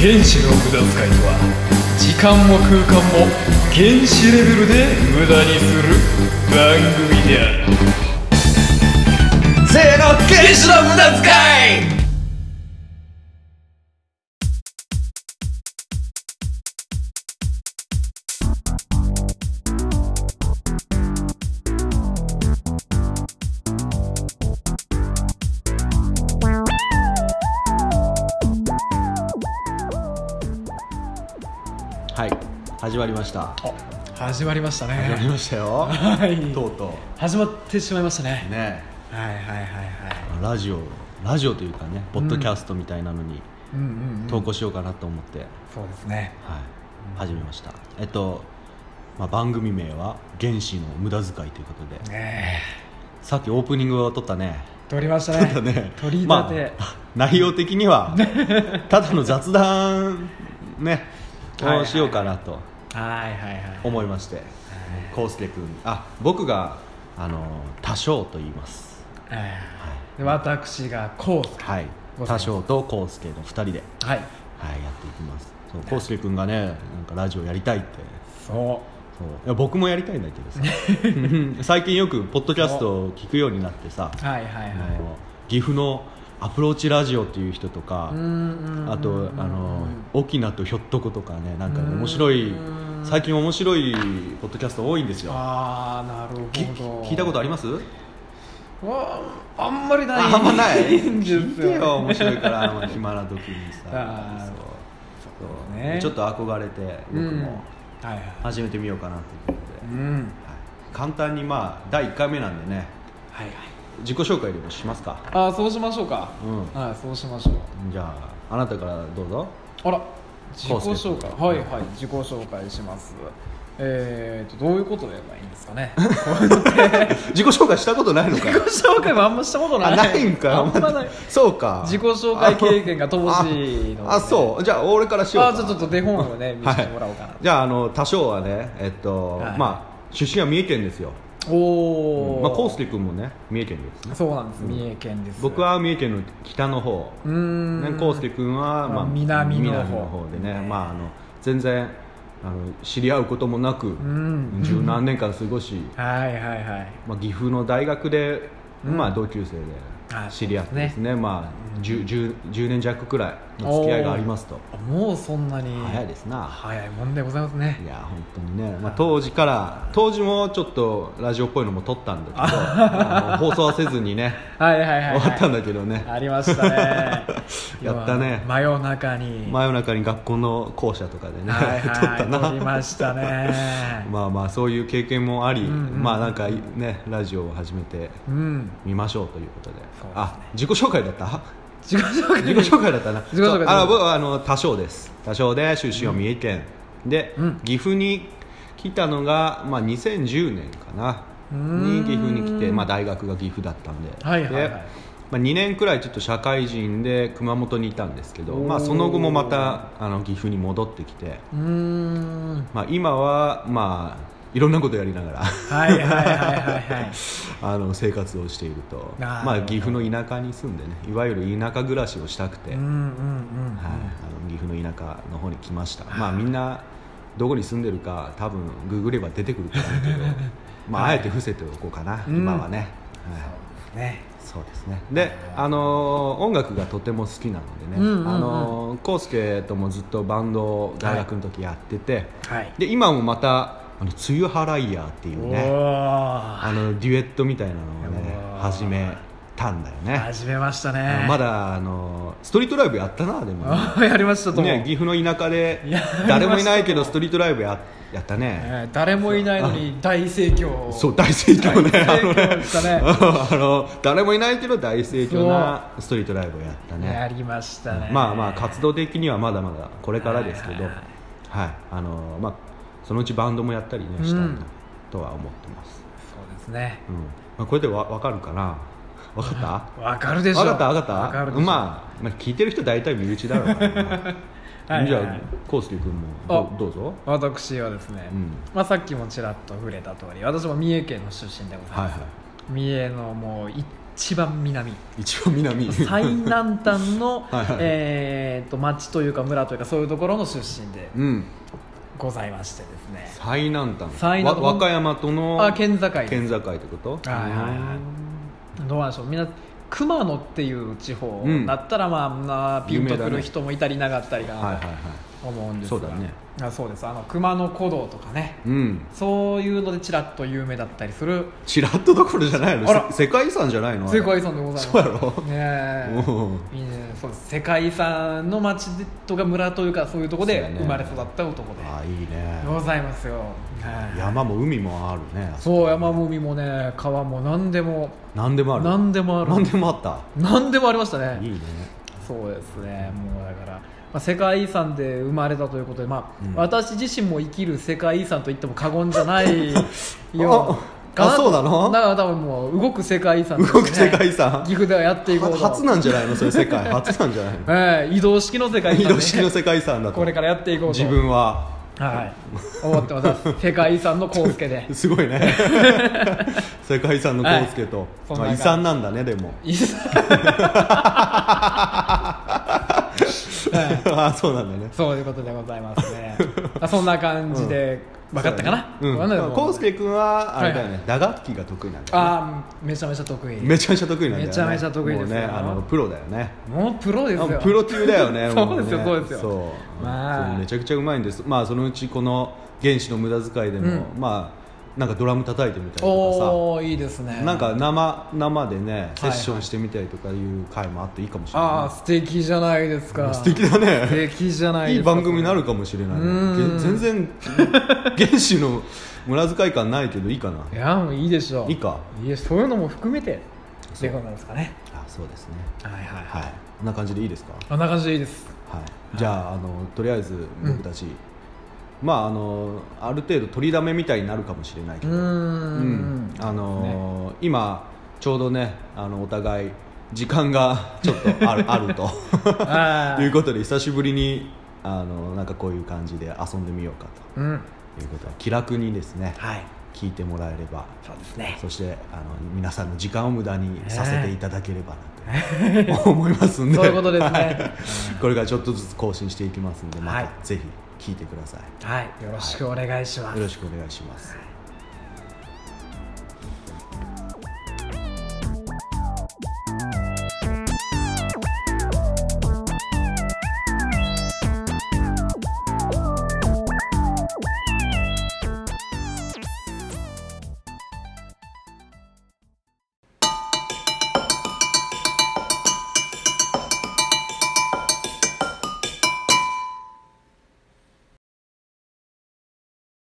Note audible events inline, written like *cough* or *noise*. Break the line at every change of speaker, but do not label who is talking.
原子の無駄遣いとは時間も空間も原子レベルで無駄にする番組であるせーの原子の無駄遣い
はい始まりました
始まりました
始まり
ね
ましたよ、 *laughs*
はい
とうと
始まってしまいましたね
うね
はいはいはいはい
ラジオラジオというかねポッドキャストみたいなのに
うんうん、うん、
投稿しようかなと思って、
そうですね
はい始めましたえっと、まあ、番組名は「原子の無駄遣い」ということで
ね
さっきオープニングを撮ったね
え撮りました
撮った
ね
*laughs* ね
取り立て、
まあ内容的にはただの雑談 *laughs* ね
はい
をしようかなと
はいはいはい
思いまして浩介君あ僕があの多少と言います
はいで私がこう
はい
ござい
多
ます
少と浩介の2人で、
はい
はい、やっていきますそう浩介君がねなんかラジオやりたいって
そ
そういや僕もやりたいんだけどさう
*laughs*
ん最近よくポッドキャストを聞くようになってさ
うはいはい
あ
はい
の岐阜のアプローチラジオっていう人とか、あとあの沖縄とひょっとことかねなんかね
うん
面白い最近面白いポッドキャスト多いんですよ
ああーなる
き
ほど
聞いたことあります
わああんまりない
ああんまない
いんですよ
聞いてよ面白いからまあ暇な時にさ
あー
そう
そうね
ちょっと憧れて
う
僕
ん
も
はいはい
始めてみようかなと思って、
うん
はい簡単にまあ第1回目なんでね
はいはい
自己紹介でもしますか
ああそうしましょうか
う
はいそうしましょう
じゃああなたからどうぞ
あら自己紹介
こうす
は
る
いはい自己紹介しますえーとどういうこと言えばいいんですか
*laughs*
ね
自己紹介したことないのか
自己紹介もあんましたこと *laughs* ない
あないんか
あんまない
そうか
自己紹介経験が乏しいので
ああそうじゃあ俺からしようか
あじゃあちょっと手本をね見せてもらおうかな
はいじゃああの多少はねえっと、
はい
まあ出身は三重県ですよ
おお
まあ康介君もね三重県ですね
そうなんです三重県です
僕は三重県の北の方
うーん
ね康介君
ま
は、ま
あ
あ、
南の方
南でねまああの全然あの知り合うこともなく
ん
十何年間過ごし、
はいはいはい
まあ、岐阜の大学で、まあ、同級生で
あ
知り合って
そうで
ですす
ね
ねまあ、10, 10 10年弱くらいの付き合いがありますと
あもうそんなに
早いですな
早いもんでございますね
いや本当にね、まあ、当時から当時もちょっとラジオっぽいのも撮ったんだけ
*laughs*
どあの放送はせずにね
はいはいはい、は
終
い、
わったんだけどね
ありましたね
*laughs* やったね
要は真夜中に、
真夜中に学校の校舎とかでね、
はい
撮った
はい
な
撮りました
*laughs*
ね
まあまあそういう経験もあり、
んうん
まあなんかねラジオを始めて
うん
みましょうということで
そうですね
あ自己紹介だった
自己紹介
*laughs* 自己紹介だったな
自己紹介
そうあ僕はあの多少です多少で出身は三重県、で、
うん
岐阜に来たのが、まあ、2010年かな
うーん
に岐阜に来て、まあ、大学が岐阜だったんで,、
はいはいはい
でまあ、2年くらいちょっと社会人で熊本にいたんですけど、まあ、その後もまたあの岐阜に戻ってきて、
うーん
まあ、今は、まあ、いろんなことやりながら *laughs*
はいはいはいはいはい
あの生活をしていると
なるほど
まあ、岐阜の田舎に住んでねいわゆる田舎暮らしをしたくて、
うんうんうん
はい、あの岐阜の田舎の方に来ました、まあみんなどこに住んでるか多分ググれば出てくると思うけど *laughs* まああえて伏せておこうかな、
うん
今はね、はい、
ね
そうですねであのー音楽がとても好きなので
う
ね、
んうんうん
あのー、康介ともずっとバンドを大学の時やってて、
はい
で今もまた「あの梅雨払いや」っていう
お
ね
ー
あのデュエットみたいなのをね
おー
始めたんだよね、
始めました
あ
ね
のまだあのーストリートライブやったなでもね
あ *laughs* ーやりましたとも、
ね、岐阜の田舎で
いや
誰もいないけ
やりましたね
どストリートライブややったね
えー誰もいないのに大盛況
そう大盛況ね
大盛況でしたね
*laughs* あの誰もいないけど大盛況なストリートライブをやった
や
ね
りましたね
まあまあ活動的にはまだまだこれからですけど
は
はいい
はい
あのまあそのうちバンドもやったりねしたいなとは思ってます、
そうですね
うんまあ、これでわ分かるかな分かった
わかるでしょ
分かった分かった
わかるでしょ
まあ、まあ聞いてる人大体身内だろ
*laughs*
うから、ね
はいはい
じゃあ康介君もど
あ
うどうぞ
私はですね、
うん
まあ、さっきもちらっと触れた通り私も三重県の出身でございます、
はいはい
三重のもう一一番
*laughs*
南
一番南
最南端の
はいはい
えー、と町というか村というかそういうところの出身で
うん
ございましてですね
最南端
最南端
わ和歌山との
あ県境
県境ってこと
はいはいはいどうなんでしょうみんな熊野っていう地方
うん
だったら、まああんなピンと
有名
く
だ
る
ね
人もいたりなかったりか
はいはい
な
はい
と思うんですが、
そうだね
あそうですあの熊野古道とかね
うん
そういうのでちらっと有名だったりする
チラッとどころじゃないの
あら
せ世界遺産じゃないのあれ
世界遺産でございます
そうやろ
ねえ
うん
いいねそうです世界遺産の町とか村というかそういうところ
そう
で
やね
生まれ育った男で
あいいね
ございますよ、はい
山も海もあるね
そう山も海もね川も何でも
何でもある
何でもある
何でもあった
何でもありましたね
いいね
そうですねもうだから、まあ、世界遺産で生まれたということで、まあ
うん
私自身も生きる世界遺産と言っても過言じゃない
あ
よか
*laughs* あそうなの
だから多分もう動く世界遺産として
動く世界遺産
岐阜ではやっていこうと
は初なんじゃないのそれ世界初な
*laughs*
んじゃないの
ええ移動式の世界遺産、
*laughs* 移
ね、
動式の世界遺産だと
これからやっていこうと
自分は
はい思ってます世界遺産のコウスケで *laughs*
すごいね世界遺産の康介と、
そんな
ま
感
あ、遺
じ
産なんだねでも
いいです
*laughs* ああそうなんだね
そういうことでございます
*laughs*
ねあそんな感じで、分かったかな、
そう
わかん
だね
な
う
い
ん
と思う
康介君はあれだよね、
は
打楽器が得意なんだよね
あーめちゃめちゃ得意
めちゃめちゃ得意なんだよね
めちゃめちゃ得意ですよ
もうねあのプロだよね
もうプロです
あ
よ
プロ級だ
*laughs*
よね
そう
もね
ですよそうですよ
そう
まあ
そうめちゃくちゃうまいんですまあそのうちこの「原始の無駄遣い」でも、
う
まあなんかドラム叩いてみたりとかさ
おおいいですね
なんか生生でねセッションしてみたりとかいう回もあっていいかもしれないね、
ああ素敵じゃないですか
素敵だね
素敵じゃない
いい
ですか
番組になるかもしれないね
うん
げ全然原始の村遣い感ないけどいいかない
やもういいでしょう
いいか
いやそういうのも含めて
そう
でこなんですかね
あそうですね
はいはいはい
はいこんな感じでいいですか
こんな感じでいいです
はいじゃああのとりあえず僕たち、まああのある程度取りだめみたいになるかもしれないうけ
ー
ど、
ん
あのー今ちょうどねあのお互い時間がちょっとあ *laughs* るあると
あ
いう
ー
ことで久しぶりにあのなんかこういう感じで遊んでみようか
うん
ということは気楽にですね
はい
聞いてもらえれば
そうですね
そしてあの皆さんの時間を無駄にさせていただければな
*laughs*
と思いますんで
そういうことですね
はいこれからちょっとずつ更新していきますんでま
はい
たぜひ聞いてください、
はいよろしくお願いします
よろしくお願いします